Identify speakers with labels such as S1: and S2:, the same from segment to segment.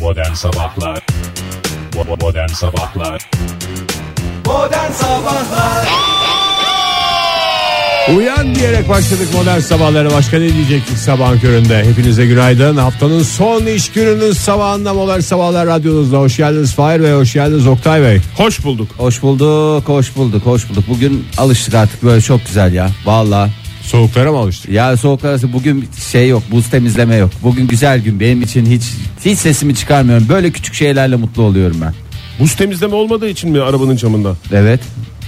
S1: Modern Sabahlar Bo- Modern Sabahlar
S2: Modern Sabahlar
S3: Uyan diyerek başladık modern sabahlara başka ne diyecektik sabahın köründe Hepinize günaydın haftanın son iş gününün sabahında modern sabahlar radyonuzda Hoş geldiniz Fahir Bey hoş geldiniz Oktay Bey
S4: Hoş bulduk.
S2: Hoş bulduk hoş bulduk hoş bulduk Bugün alıştık artık böyle çok güzel ya Valla
S3: Soğuklara mı alıştık?
S2: ya soğuklar arası bugün şey yok buz temizleme yok Bugün güzel gün benim için hiç hiç sesimi çıkarmıyorum Böyle küçük şeylerle mutlu oluyorum ben
S4: Buz temizleme olmadığı için mi arabanın camında?
S2: Evet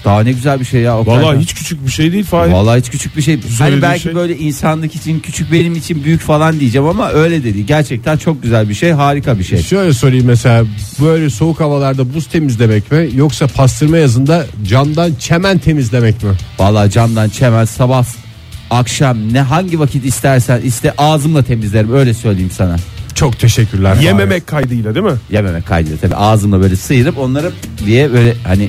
S2: daha ne güzel bir şey ya Oktay.
S4: Vallahi hiç küçük bir şey değil Fahir.
S2: Vallahi hiç küçük bir şey. hani
S4: bir
S2: belki
S4: şey.
S2: böyle insanlık için küçük benim için büyük falan diyeceğim ama öyle dedi. Gerçekten çok güzel bir şey, harika bir şey.
S3: Şöyle sorayım mesela böyle soğuk havalarda buz temizlemek mi yoksa pastırma yazında camdan çemen temizlemek mi?
S2: Vallahi camdan çemen sabah akşam ne hangi vakit istersen iste ağzımla temizlerim öyle söyleyeyim sana.
S3: Çok teşekkürler.
S4: Yememek kaydıyla değil mi?
S2: Yememek kaydıyla tabii ağzımla böyle sıyırıp onları diye böyle hani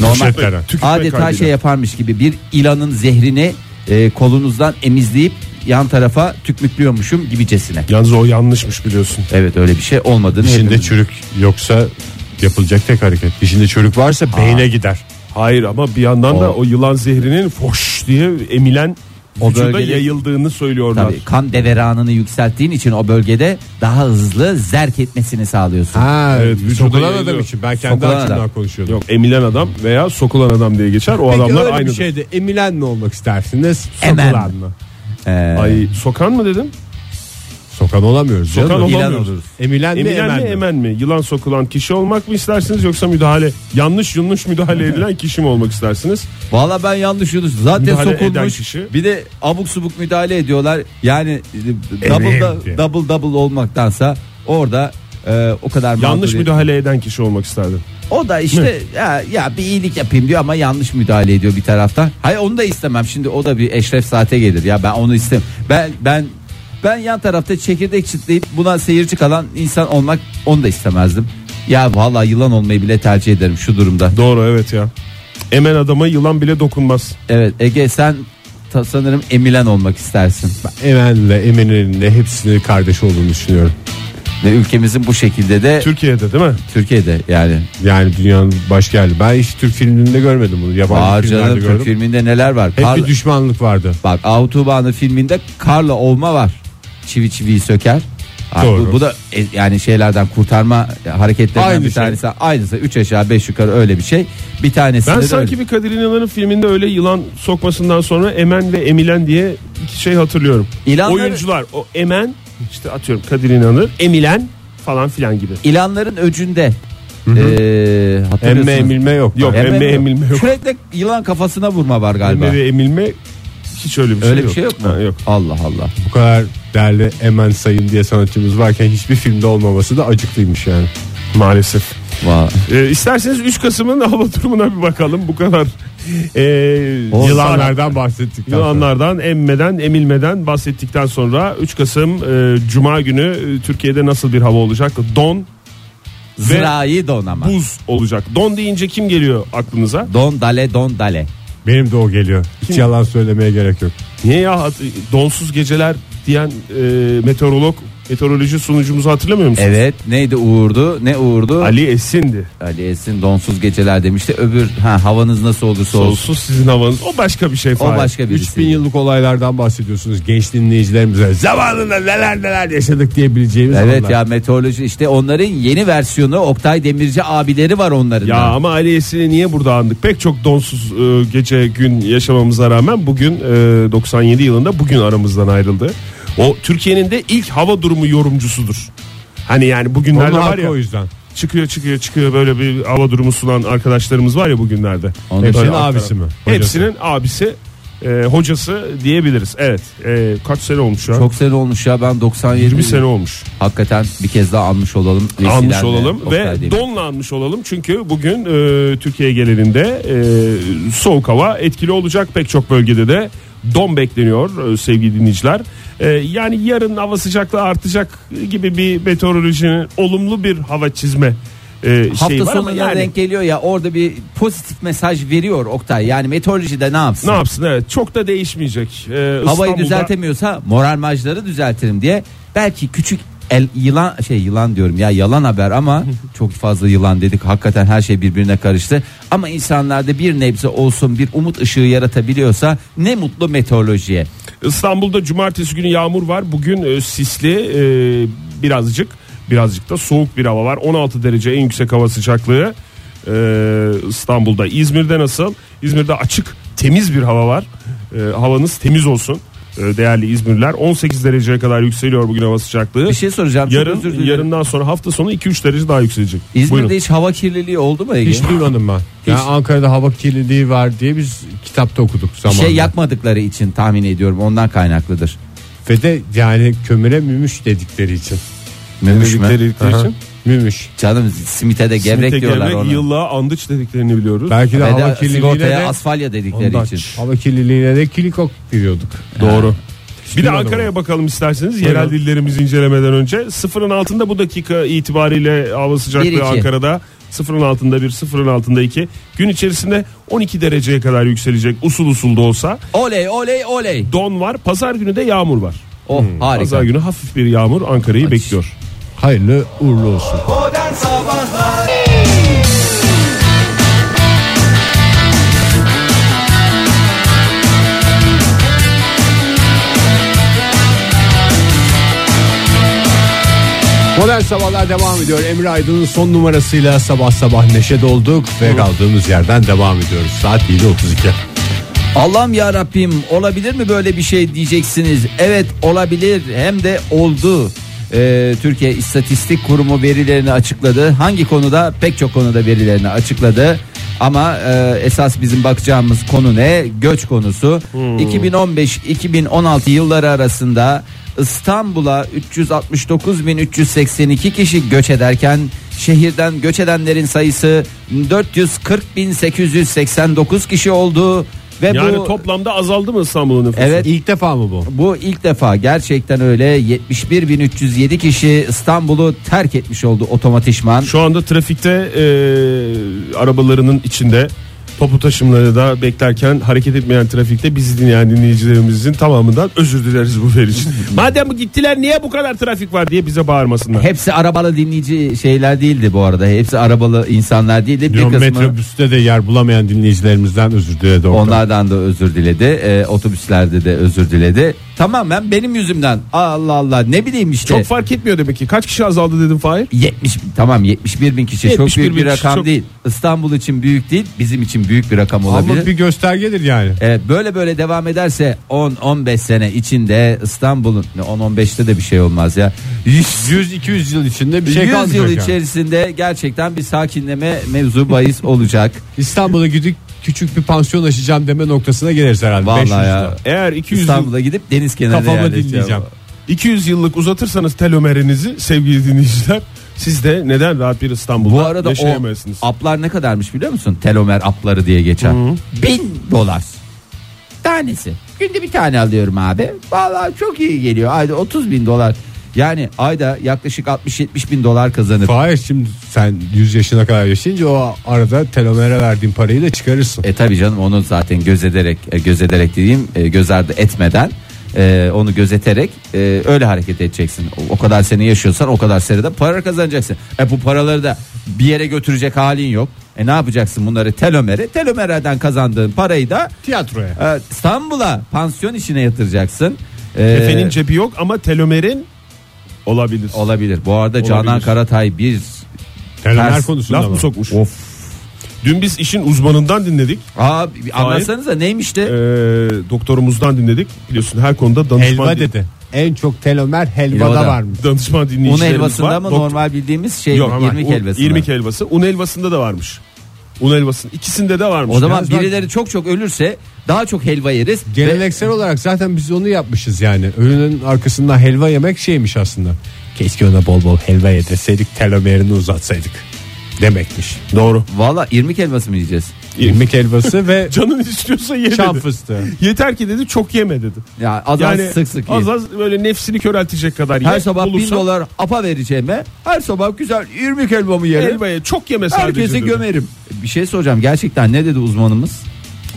S2: normal
S3: Poşetlere.
S4: Tükürmek
S2: adeta
S4: kaydıyla.
S2: şey yaparmış gibi bir ilanın zehrini e, kolunuzdan emizleyip yan tarafa tükmüklüyormuşum gibicesine.
S4: Yalnız o yanlışmış biliyorsun.
S2: Evet öyle bir şey olmadığını
S3: İçinde
S2: hepimiz-
S3: çürük yoksa yapılacak tek hareket. İçinde çürük varsa beyne gider.
S4: Hayır ama bir yandan da
S2: O-
S4: o yılan zehrinin foş diye emilen
S2: O
S4: vücuda
S2: bölgede-
S4: yayıldığını söylüyorlar.
S2: Tabii kan deveranını yükselttiğin için o bölgede daha hızlı zerk etmesini sağlıyorsun.
S3: Ha,
S4: Evet, vücuda
S3: sokulan adam
S4: yayılıyor.
S3: için ben kendi
S2: Sokulan
S3: açımdan
S2: adam.
S3: konuşuyordum.
S4: Yok emilen adam veya sokulan adam diye geçer. O
S3: Peki
S4: adamlar
S3: öyle
S4: aynı.
S3: bir
S2: şey
S3: şeyde emilen mi olmak istersiniz?
S2: Emen.
S3: Sokulan mı?
S2: Ee,
S4: Ay sokan mı dedim?
S3: Sokan olamıyoruz
S4: Sokan
S3: canım.
S2: İlan
S4: olamıyoruz.
S2: oluruz.
S3: Emilen mi
S4: Emilen
S3: emen
S4: mi
S3: mi?
S4: emen mi? Yılan sokulan kişi olmak mı istersiniz yoksa müdahale yanlış yanlış müdahale edilen kişi mi olmak istersiniz?
S2: Valla ben yanlış Yunus. Zaten
S4: Müdahale eden
S2: sokulmuş.
S4: kişi.
S2: Bir de abuk subuk müdahale ediyorlar. Yani e, double,
S3: Emeğimdi.
S2: da, double double olmaktansa orada e, o kadar
S4: Yanlış
S2: mağdur-
S4: müdahale eden kişi olmak isterdim.
S2: O da işte ya, ya bir iyilik yapayım diyor ama yanlış müdahale ediyor bir taraftan. Hayır onu da istemem. Şimdi o da bir eşref saate gelir. Ya ben onu istem. Ben ben ben yan tarafta çekirdek çitleyip buna seyirci kalan insan olmak onu da istemezdim. Ya vallahi yılan olmayı bile tercih ederim şu durumda.
S4: Doğru evet ya. Emen adama yılan bile dokunmaz.
S2: Evet Ege sen ta- sanırım emilen olmak istersin.
S3: Emen'le Emin'in de hepsinin kardeş olduğunu düşünüyorum.
S2: Ve ülkemizin bu şekilde de
S4: Türkiye'de değil mi?
S2: Türkiye'de yani.
S3: Yani dünyanın başka yerli. Ben hiç Türk filminde görmedim bunu. Yabancı
S2: Bağır
S3: filmlerde
S2: canım
S3: gördüm.
S2: Türk filminde neler var?
S3: Hep
S2: Kar-
S3: bir düşmanlık vardı.
S2: Bak Autobahn'ı filminde karla olma var. Çivi çiviyi söker. Ha,
S3: Doğru.
S2: Bu, bu da e, yani şeylerden kurtarma hareketlerinden
S3: Aynı
S2: bir
S3: şey.
S2: tanesi. Aynısı 3 aşağı 5 yukarı öyle bir şey. Bir tanesinde
S4: Ben
S2: de
S4: sanki
S2: öyle.
S4: bir Kadir İnanır'ın filminde öyle yılan sokmasından sonra Emen ve Emilen diye iki şey hatırlıyorum.
S2: İlanları-
S4: Oyuncular o Emen işte atıyorum Kadir İnanır, Emilen falan filan gibi.
S2: İlanların öcünde. Ee, hatırlıyorsunuz.
S3: Emme emilme yok.
S4: Yok,
S2: Emme
S4: emme
S2: yok.
S4: emilme yok.
S2: Sürekli yılan kafasına vurma var galiba.
S4: Emme ve Emilme hiç öyle bir şey
S2: Öyle
S4: yok.
S2: bir şey yok mu?
S4: Ha, yok.
S2: Allah Allah.
S3: Bu kadar değerli Emen Sayın diye sanatçımız varken hiçbir filmde olmaması da acıklıymış yani.
S4: Maalesef.
S2: Vay.
S4: Ee, isterseniz 3 Kasım'ın hava durumuna bir bakalım. Bu kadar ee,
S2: O
S3: Yılanlardan bahsettik.
S4: Yılanlardan, emmeden, emilmeden bahsettikten sonra 3 Kasım e, Cuma günü e, Türkiye'de nasıl bir hava olacak? Don,
S2: Zirai don ama.
S4: buz olacak. Don deyince kim geliyor aklınıza?
S2: Don dale don dale.
S3: Benim de o geliyor. Hiç yalan söylemeye gerek yok.
S4: Niye ya hat- donsuz geceler diyen e, meteorolog, meteoroloji sunucumuzu hatırlamıyor musunuz?
S2: Evet neydi uğurdu? Ne uğurdu?
S4: Ali Esin'di.
S2: Ali Esin donsuz geceler demişti. Öbür ha, havanız nasıl olursa olsun.
S4: Sonsuz sizin havanız. O başka bir şey.
S2: O
S4: Fahir.
S2: başka birisi.
S3: 3000 yıllık olaylardan bahsediyorsunuz genç dinleyicilerimize. Zamanında neler neler yaşadık diyebileceğimiz
S2: Evet
S3: anlar.
S2: ya meteoroloji işte onların yeni versiyonu Oktay Demirci abileri var onların.
S4: Ya
S2: da.
S4: ama Ali Esin'i niye burada andık? Pek çok donsuz e, gece gün yaşamamıza rağmen bugün e, 97 yılında bugün aramızdan ayrıldı. O Türkiye'nin de ilk hava durumu yorumcusudur. Hani yani bugünlerde
S3: Onun
S4: var
S3: hakkı
S4: ya
S3: o yüzden.
S4: çıkıyor çıkıyor çıkıyor böyle bir hava durumu sunan arkadaşlarımız var ya bugünlerde.
S2: Onun
S4: Böyle
S3: Hepsinin
S4: alt taraf.
S3: abisi mi? Hocası.
S4: Hepsinin abisi e, hocası diyebiliriz. Evet. E, kaç sene olmuş ya?
S2: Çok sene olmuş ya ben 97.
S4: 20 sene olmuş.
S2: Hakikaten bir kez daha anmış olalım. Vesilenle
S4: almış olalım
S2: Oktay
S4: ve şey
S2: Demirci.
S4: donla almış olalım çünkü bugün e, Türkiye genelinde e, soğuk hava etkili olacak pek çok bölgede de don bekleniyor e, sevgili dinleyiciler. E, yani yarın hava sıcaklığı artacak gibi bir meteorolojinin olumlu bir hava çizme e,
S2: Hafta
S4: şeyi var ama
S2: sonuna
S4: yani
S2: denk geliyor ya orada bir pozitif mesaj veriyor Oktay. Yani meteoroloji de ne yapsın?
S4: ne yapsın evet çok da değişmeyecek. E,
S2: Havayı
S4: İstanbul'da-
S2: düzeltemiyorsa moral marjları düzeltirim diye belki küçük el, yılan şey yılan diyorum ya yalan haber ama çok fazla yılan dedik. Hakikaten her şey birbirine karıştı. Ama insanlarda bir nebze olsun bir umut ışığı yaratabiliyorsa ne mutlu meteorolojiye.
S4: İstanbul'da cumartesi günü yağmur var. Bugün e, sisli e, birazcık birazcık da soğuk bir hava var. 16 derece en yüksek hava sıcaklığı e, İstanbul'da. İzmir'de nasıl? İzmir'de açık temiz bir hava var. E, havanız temiz olsun e, değerli İzmirliler. 18 dereceye kadar yükseliyor bugün hava sıcaklığı.
S2: Bir şey soracağım. çok özür
S4: Yarın
S2: dilerim.
S4: yarından sonra hafta sonu 2-3 derece daha yükselecek.
S2: İzmir'de
S4: Buyurun.
S2: hiç hava kirliliği oldu mu Ege?
S3: Hiç duymadım ben. Yani Ankara'da hava kirliliği var diye biz kitapta okuduk
S2: Bir
S3: zamanında.
S2: şey yakmadıkları için tahmin ediyorum ondan kaynaklıdır.
S3: Ve de yani kömüre mümüş dedikleri için.
S2: Mümüş mü?
S4: Dedikleri için.
S3: Aha. Mümüş.
S2: Canım simite de gevrek
S4: Simite
S2: diyorlar
S4: gevrek,
S2: ona.
S4: yıllağa andıç dediklerini biliyoruz.
S3: Belki de
S2: Ve
S3: hava
S2: de
S3: kirliliğine
S2: sigortaya
S3: de
S2: asfalya dedikleri
S4: Ondan.
S2: için.
S3: hava kirliliğine de kilikok diyorduk.
S4: Doğru. Bir de
S3: Duymadım
S4: Ankara'ya bakalım isterseniz
S3: Buyurun.
S4: yerel dillerimizi incelemeden önce. Sıfırın altında bu dakika itibariyle hava
S2: Bir, iki.
S4: sıcaklığı Ankara'da. Sıfırın altında bir, sıfırın altında iki. Gün içerisinde 12 dereceye kadar yükselecek usul usul da olsa.
S2: Oley oley oley.
S4: Don var, pazar günü de yağmur var.
S2: Oh
S4: Hmm,
S2: harika.
S4: Pazar günü hafif bir yağmur Ankara'yı bekliyor.
S3: Hayırlı uğurlu olsun. Modern Sabahlar devam ediyor. Emre Aydın'ın son numarasıyla sabah sabah neşe dolduk ve kaldığımız yerden devam ediyoruz. Saat 7.32.
S2: Allah'ım ya Rabbim olabilir mi böyle bir şey diyeceksiniz. Evet olabilir hem de oldu. Ee, Türkiye İstatistik Kurumu verilerini açıkladı. Hangi konuda? Pek çok konuda verilerini açıkladı. Ama e, esas bizim bakacağımız konu ne? Göç konusu. 2015-2016 yılları arasında İstanbul'a 369.382 kişi göç ederken şehirden göç edenlerin sayısı 440.889 kişi oldu ve
S4: Yani
S2: E bu
S4: toplamda azaldı mı İstanbul'un nüfusu?
S2: evet
S3: İlk defa mı bu?
S2: bu ilk defa gerçekten öyle 71.307 kişi İstanbul'u terk etmiş oldu otomatikman.
S4: Şu anda trafikte e, arabalarının içinde toplu taşımları da beklerken hareket etmeyen trafikte bizi dinleyen dinleyicilerimizin tamamından özür dileriz bu veri için. Madem bu gittiler niye bu kadar trafik var diye bize bağırmasınlar.
S2: Hepsi arabalı dinleyici şeyler değildi bu arada. Hepsi arabalı insanlar değildi. Bir
S3: Diyorum,
S2: kısmı
S3: Metrobüste de yer bulamayan dinleyicilerimizden özür diledi. Oktay.
S2: onlardan da özür diledi. Ee, otobüslerde de özür diledi. Tamamen benim yüzümden. Allah Allah ne bileyim işte.
S4: Çok fark etmiyor demek ki. Kaç kişi azaldı dedim Fahir?
S2: 70 tamam 71 bin kişi çok
S4: 71
S2: büyük
S4: bin
S2: bir
S4: kişi
S2: rakam
S4: çok-
S2: değil. İstanbul için büyük değil bizim için büyük bir rakam olabilir.
S3: Ama bir göstergedir yani.
S2: Evet, Ee, böyle böyle devam ederse 10-15 sene içinde İstanbul'un ne, 10-15'te de bir şey olmaz ya. 100,
S3: 100-200 yıl içinde bir şey
S2: 100
S3: kalmayacak
S2: yıl
S3: yani.
S2: içerisinde gerçekten bir sakinleme mevzu bahis olacak.
S3: İstanbul'a gidip küçük bir pansiyon açacağım deme noktasına geliriz herhalde.
S2: Vallahi
S3: 500
S2: ya.
S3: lira.
S4: Eğer 200 yıl,
S2: İstanbul'a gidip deniz kenarına
S3: Kafama
S2: yerleşeceğim.
S3: dinleyeceğim.
S4: 200 yıllık uzatırsanız telomerinizi sevgili dinleyiciler siz de neden rahat bir İstanbul'da
S2: Bu arada o
S4: yaşayamazsınız?
S2: aplar ne kadarmış biliyor musun? Telomer apları diye geçen. 1000 dolar. Tanesi. Günde bir tane alıyorum abi. Vallahi çok iyi geliyor. Ayda 30 bin dolar. Yani ayda yaklaşık 60-70 bin dolar kazanıp
S3: Fahir şimdi sen 100 yaşına kadar yaşayınca o arada telomere verdiğin parayı da çıkarırsın.
S2: E tabii canım onu zaten gözederek e, gözederek dediğim e, göz ardı etmeden e, onu gözeterek e, öyle hareket edeceksin. O, o kadar sene yaşıyorsan o kadar senede para kazanacaksın. E bu paraları da bir yere götürecek halin yok. E ne yapacaksın bunları telomere? Telomerden kazandığın parayı da
S3: Tiyatroya.
S2: e, İstanbul'a pansiyon işine yatıracaksın. E,
S4: Efenin cebi yok ama telomerin olabilir.
S2: olabilir. Bu arada Canan
S4: Olabilir.
S2: Karatay bir
S3: Telomer
S2: Ters-
S3: konusunda
S4: Laf
S3: mı?
S4: mı sokmuş? Dün biz işin uzmanından dinledik.
S2: Aa, bir anlatsanıza neymiş de?
S4: Ee, doktorumuzdan dinledik. Biliyorsun her konuda danışman
S3: Helva dedi. En çok telomer helvada
S2: Helvada.
S3: varmış.
S4: Danışman
S2: Un
S4: dinleyicilerimiz var.
S2: helvasında mı
S4: Doktor-
S2: normal bildiğimiz şey
S4: Yok,
S2: mi?
S4: ama
S2: İrmik
S4: un-
S2: helvası mı?
S4: irmik helvası. Un helvasında da varmış. Un helvasının ikisinde de varmış.
S2: O zaman
S4: Biraz ben-
S2: birileri çok çok ölürse daha çok helva yeriz. Ve
S3: Geleneksel olarak zaten biz onu yapmışız yani. Ölünün arkasından helva yemek şeymiş aslında. Keşke ona bol bol helva yedirseydik telomerini uzatsaydık. Demekmiş.
S4: Doğru.
S2: Valla irmik helvası mı yiyeceğiz?
S3: İrmik helvası ve
S4: Canın istiyorsa ye
S3: çam
S4: dedi.
S3: fıstığı.
S4: Yeter ki dedi çok yeme dedi.
S2: Ya az az sık sık
S4: az
S2: yiyin.
S4: az böyle nefsini köreltecek kadar ye.
S2: Her sabah bin
S4: Bulursan
S2: dolar apa vereceğime her sabah güzel irmik helvamı yerim.
S4: helvaya çok yeme sadece.
S2: Herkesi
S4: dedi.
S2: gömerim. Bir şey soracağım gerçekten ne dedi uzmanımız?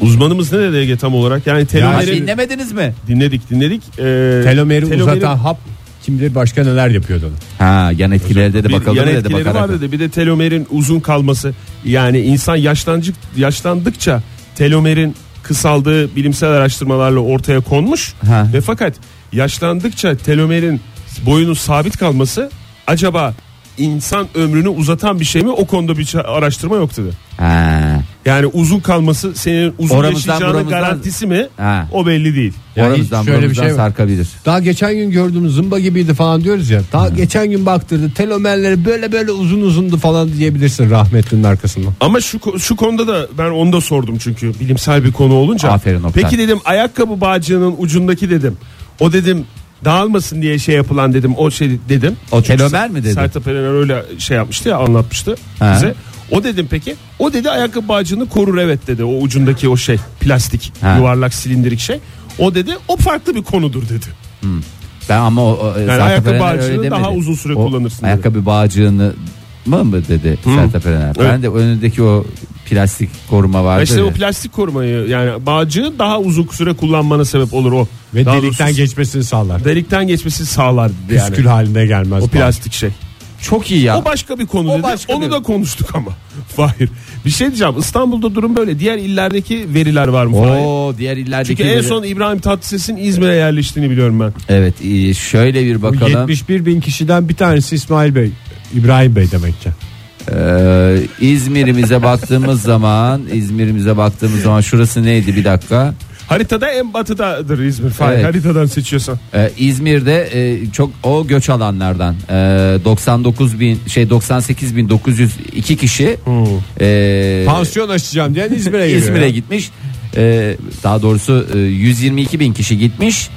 S4: Uzmanımız ne dedi Ege tam olarak? Yani
S2: Ha,
S4: telomeri
S2: dinlemediniz mi?
S4: dinledik dinledik. Ee,
S3: Telomeri, uzatan hap Kim bilir başka neler yapıyordu.
S2: Ha yan etkileri de, de
S4: Bir
S2: bakalım
S4: yan
S2: dedi
S4: etkileri
S2: bakarak.
S4: var dedi. Bir de telomerin uzun kalması. Yani insan yaşlandık, yaşlandıkça telomerin kısaldığı bilimsel araştırmalarla ortaya konmuş.
S2: Ha.
S4: Ve fakat yaşlandıkça telomerin boyunun sabit kalması acaba insan ömrünü uzatan bir şey mi? O konuda bir ça- araştırma yok dedi.
S2: Ha.
S4: Yani uzun kalması senin uzun
S2: Oramızdan,
S4: yaşayacağının
S2: buramızdan-
S4: garantisi mi?
S2: Ha.
S4: O belli değil.
S3: Yani
S2: Oramızdan
S3: şöyle bir
S2: buramızdan
S3: şey var.
S2: sarkabilir.
S3: Daha geçen gün gördüğümüz zımba gibiydi falan diyoruz ya. Daha geçen gün baktırdı telomerleri böyle böyle uzun uzundu falan diyebilirsin rahmetlinin arkasından.
S4: Ama şu ko- şu konuda da ben onu da sordum çünkü bilimsel bir konu olunca.
S2: Aferin Oktay.
S4: Peki dedim ayakkabı bağcığının ucundaki dedim. O dedim dağılmasın diye şey yapılan dedim o şey dedim.
S2: O telomer mi dedi?
S4: Sertab Erener öyle şey yapmıştı ya anlatmıştı
S2: Ha.
S4: bize. O dedim peki o dedi ayakkabı bağcığını korur evet dedi o ucundaki o şey plastik
S2: Ha.
S4: yuvarlak silindirik şey. O dedi o farklı bir konudur dedi.
S2: Ben ama o, o Sertab
S4: ayakkabı
S2: Erener
S4: bağcığını
S2: öyle
S4: daha
S2: demedi.
S4: uzun süre
S2: O
S4: kullanırsın dedi.
S2: Ayakkabı bağcığını mı mı dedi Sertab Erener. Ben de önündeki o plastik koruma vardı.
S4: İşte
S2: ya.
S4: o plastik korumayı yani bağcığı daha uzun süre kullanmana sebep olur o.
S3: Ve
S4: Daha
S3: delikten
S4: doğrusu-
S3: geçmesini sağlar.
S4: Delikten geçmesi sağlar dedi yani.
S3: Püskül haline gelmez.
S4: O plastik şey.
S2: Çok iyi ya.
S4: O başka bir konu
S2: O
S4: dedi.
S2: başka
S4: Onu
S2: bir-
S4: da konuştuk ama. Fahir. Bir şey diyeceğim. İstanbul'da durum böyle. Diğer illerdeki veriler var mı? Fahir?
S2: Oo diğer illerdeki
S4: Çünkü en
S2: böyle-
S4: son İbrahim Tatlıses'in İzmir'e yerleştiğini biliyorum ben.
S2: Evet iyi. şöyle bir
S3: Bu
S2: bakalım.
S3: 71 bin kişiden bir tanesi İsmail Bey. İbrahim Bey demek ki.
S2: Ee, İzmir'imize baktığımız zaman İzmir'imize baktığımız zaman şurası neydi bir dakika.
S4: Haritada en batıdadır İzmir. Fahir.
S2: Evet.
S4: Haritadan seçiyorsan.
S2: Ee, İzmir'de e, çok o göç alanlardan e, 99 bin şey 98 bin 902 kişi
S4: Ee,
S2: e,
S3: Pansiyon açacağım diyen İzmir'e geliyor.
S2: İzmir'e
S3: ya.
S2: gitmiş. Ee, daha doğrusu e, 122 bin kişi gitmiş.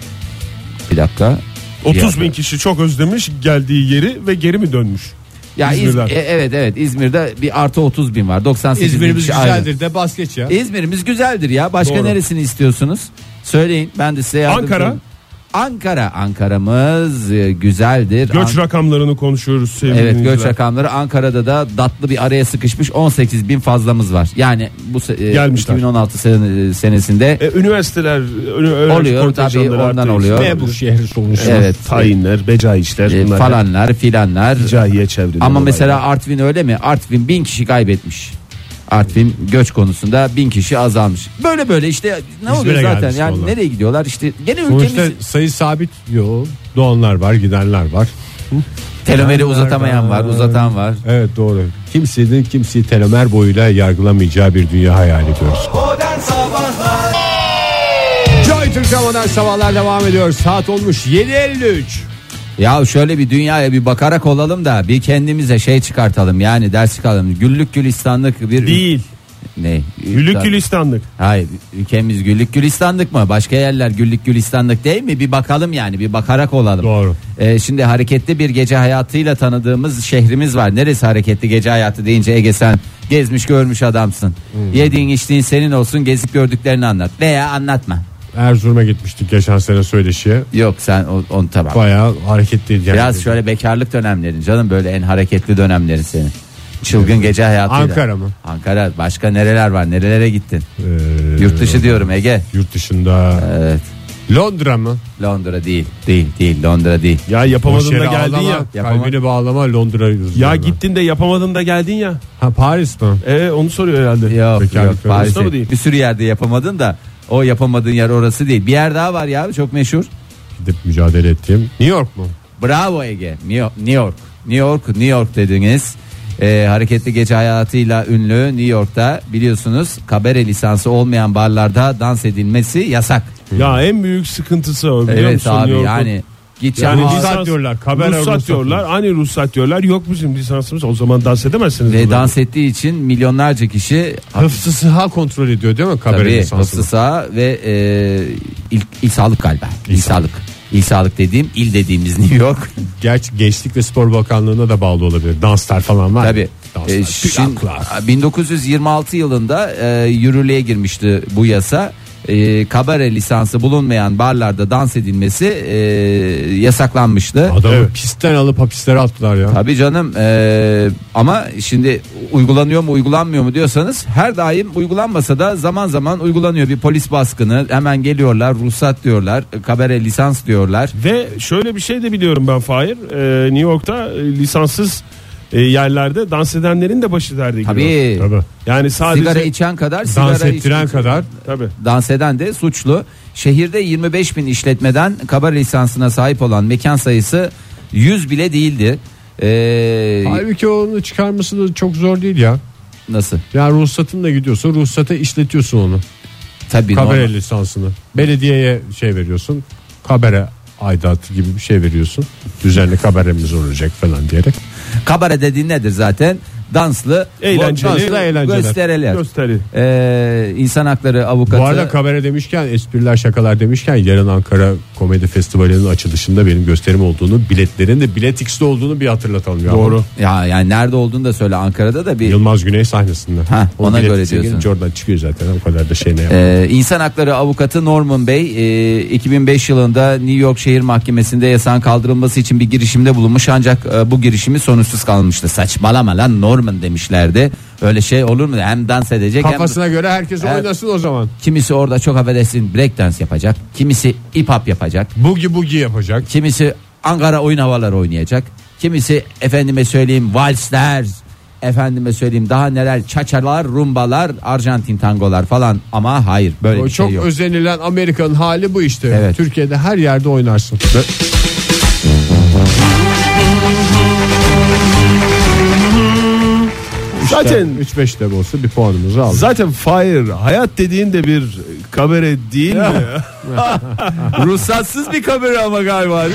S2: Bir dakika.
S4: 30 bin kişi çok özlemiş geldiği yeri ve geri mi dönmüş?
S2: Ya İz-
S4: İzmir'den.
S2: e, evet evet İzmir'de bir artı 30 bin var. 98 bin
S3: İzmir'imiz
S4: şey,
S2: kişi ayrı.
S3: güzeldir de bas geç
S4: E,
S3: ya.
S2: İzmir'imiz güzeldir ya. Başka
S4: Doğru.
S2: neresini istiyorsunuz? Söyleyin ben de size yardımcı
S4: Ankara.
S2: olayım. Ankara Ankara'mız e, güzeldir.
S4: Göç
S2: An-
S4: rakamlarını konuşuyoruz sevgili
S2: Evet göç
S4: dinleyiciler.
S2: rakamları Ankara'da da datlı bir araya sıkışmış 18 bin fazlamız var. Yani bu se- e,
S4: Gelmişler.
S2: 2016 sen- senesinde
S4: E, üniversiteler önü- öğrenci
S2: Oluyor,
S4: kontenjanları
S2: tabii ondan
S4: artıyor.
S2: oluyor.
S4: Memur.
S3: Memur şehri sonuçta.
S2: evet
S4: Tayinler, becayişler.
S2: e,
S4: bunlar hep
S2: falanlar filanlar.
S4: Cahiliye çevrilen
S2: Ama
S4: olaylar.
S2: mesela Artvin öyle mi? Artvin bin kişi kaybetmiş. Artvin göç konusunda bin kişi azalmış. Böyle böyle işte ne oluyor zaten
S3: gelmiş
S2: yani
S3: vallahi.
S2: nereye gidiyorlar işte gene ülkemiz
S3: Sonuçta sayı sabit yok. Doğanlar var, gidenler var.
S2: telomeri
S3: Gidenler
S2: uzatamayan var, uzatan var.
S3: Evet doğru. Kimsenin kimseyi telomer boyuyla yargılamayacağı bir dünya hayal ediyoruz. Joy Türk'te modern sabahlar devam ediyor. Saat olmuş 7.53.
S2: Ya şöyle bir dünyaya bir bakarak olalım da bir kendimize şey çıkartalım yani ders çıkartalım. Güllük gülistanlık bir
S4: Değil.
S2: ne?
S4: Gülük gülistanlık.
S2: Hayır ülkemiz güllük gülistanlık mı? Başka yerler güllük gülistanlık değil mi? Bir bakalım yani bir bakarak olalım.
S3: Doğru.
S2: Ee, şimdi hareketli bir gece hayatıyla tanıdığımız şehrimiz var. Neresi hareketli gece hayatı deyince Ege sen gezmiş görmüş adamsın.
S3: Hmm.
S2: Yediğin içtiğin senin olsun gezip gördüklerini anlat. Veya anlatma.
S3: Erzurum'a gitmiştik geçen sene söyleşiye.
S2: Yok sen o- onu tamam.
S3: Bayağı hareketliydi yani.
S2: Biraz şöyle bekarlık dönemlerin canım böyle en hareketli dönemlerin senin. Çılgın gece hayatıyla.
S3: Ankara mı?
S2: Ankara başka nereler var nerelere gittin?
S3: Ee,
S2: Yurt dışı diyorum Ege.
S3: Yurt dışında.
S2: Evet.
S3: Londra mı?
S2: Londra değil. Değil değil Londra değil.
S4: Ya yapamadın da
S3: Boş yere
S4: geldin
S3: ağlama,
S4: ya.
S2: Yapamam.
S3: Kalbini bağlama Londra.
S4: Ya
S3: rüzgarına.
S4: gittin de yapamadın da geldin ya.
S3: Ha Paris mi?
S4: E onu soruyor herhalde.
S2: Yok
S3: Bekarlık
S2: yok
S3: konusunda
S2: Paris'e.
S4: mı değil?
S2: Bir sürü yerde yapamadın da o yapamadığın yer orası değil. Bir yer daha var ya çok meşhur.
S3: Gidip mücadele ettiğim. New York mu?
S2: Bravo Ege. New York. New York, New York, New York dediniz. Ee, hareketli gece hayatıyla ünlü New York'ta biliyorsunuz kabare lisansı olmayan barlarda dans edilmesi yasak.
S4: Ya en büyük sıkıntısı o biliyor
S2: evet
S4: musun?
S2: abi
S4: New York'un?
S2: yani gideceğim
S4: Yani
S2: ha-
S3: ruhsat diyorlar, kamera
S4: ruhsat,
S3: ruhsat
S4: diyorlar. Hani ruhsat diyorlar. Yok bizim lisansımız. O zaman dans edemezsiniz.
S2: ve
S4: burada.
S2: dans ettiği için milyonlarca kişi
S3: Hıfzı sıha kontrol ediyor değil mi? Kabare
S2: Tabii
S3: lisansını?
S2: hıfzı sağ ve e, il, il sağlık galiba. İl sağlık. İl sağlık dediğim il dediğimiz New York.
S3: Gerçi Gençlik ve Spor Bakanlığı'na da bağlı olabilir. Ee, Danslar falan var.
S2: Tabii.
S3: Danslar,
S2: E, şimdi,
S3: plaklar.
S2: 1926 yılında e, yürürlüğe girmişti bu yasa. e, kabare lisansı bulunmayan barlarda dans edilmesi e, yasaklanmıştı.
S3: Adamı
S4: Evet.
S3: pistten alıp hapislere attılar ya.
S2: Tabii canım e, ama şimdi uygulanıyor mu uygulanmıyor mu diyorsanız her daim uygulanmasa da zaman zaman uygulanıyor. Bir polis baskını hemen geliyorlar ruhsat diyorlar kabare lisans diyorlar.
S4: Ve şöyle bir şey de biliyorum ben Fahir. Ee, New York'ta e, lisanssız e, yerlerde dans edenlerin de başı derde giriyor.
S2: Tabii.
S3: Tabii.
S4: Yani sadece
S2: Sigara içen kadar sigara
S3: Dans ettiren
S2: içen-
S3: kadar
S4: Tabii.
S2: dans eden de suçlu. Şehirde 25 bin işletmeden kabare lisansına sahip olan mekan sayısı 100 bile değildi. Ee,
S3: Halbuki onu çıkarması da çok zor değil ya.
S2: nasıl?
S3: Ya ruhsatınla gidiyorsun, ruhsata işletiyorsun onu.
S2: Tabii
S3: kabere
S2: normal.
S3: lisansını. Belediyeye şey veriyorsun. Kabere aidatı gibi bir şey veriyorsun. Düzenli kabaremiz olacak falan diyerek.
S2: Kabare dediğin nedir zaten? Danslı,
S4: Eğlenceli,
S2: danslı
S3: eğlenceler.
S2: gösteriler.
S4: Gösteri.
S2: Ee, insan hakları avukatı.
S3: Bu arada kabare demişken, espriler şakalar demişken yarın Ankara Komedi Festivali'nin açılışında benim gösterim olduğunu, biletlerin de biletix'te olduğunu bir hatırlatalım. ya.
S4: Doğru.
S2: ya yani nerede olduğunu da söyle Ankara'da da bir
S3: Yılmaz Güney sahnesinde.
S2: Ha,
S3: O
S2: ona
S3: bilet
S2: göre
S3: X'e girince
S2: diyorsun.
S3: Oradan çıkıyor zaten o kadar da şey ne yapalım.
S2: Ee, insan hakları avukatı Norman Bey e, 2005 yılında New York Şehir Mahkemesi'nde yasağın kaldırılması için bir girişimde bulunmuş ancak e, bu girişimi sonuçsuz kalmıştı. Saçmalama lan Norman demişlerdi. Öyle şey olur mu? Hem dans edecek hem
S3: Kafasına göre herkes
S2: Evet.
S3: oynasın o zaman.
S2: kimisi orada çok affedersin break dance yapacak. Kimisi hip hop yapacak.
S3: Bugi bugi yapacak.
S2: Kimisi Ankara oyun havaları oynayacak. Kimisi efendime söyleyeyim valsler, efendime söyleyeyim daha neler çaçalar, rumbalar, Arjantin tangolar falan ama hayır böyle
S3: O
S2: bir
S3: çok
S2: şey yok.
S3: özenilen Amerika'nın hali bu işte.
S2: Evet.
S3: Türkiye'de her yerde oynarsın.
S4: Zaten
S3: 3-5 de olsa bir puanımızı aldık.
S4: zaten Fahir hayat dediğin de bir kabare değil mi?
S2: Ruhsatsız bir kamera ama galiba değil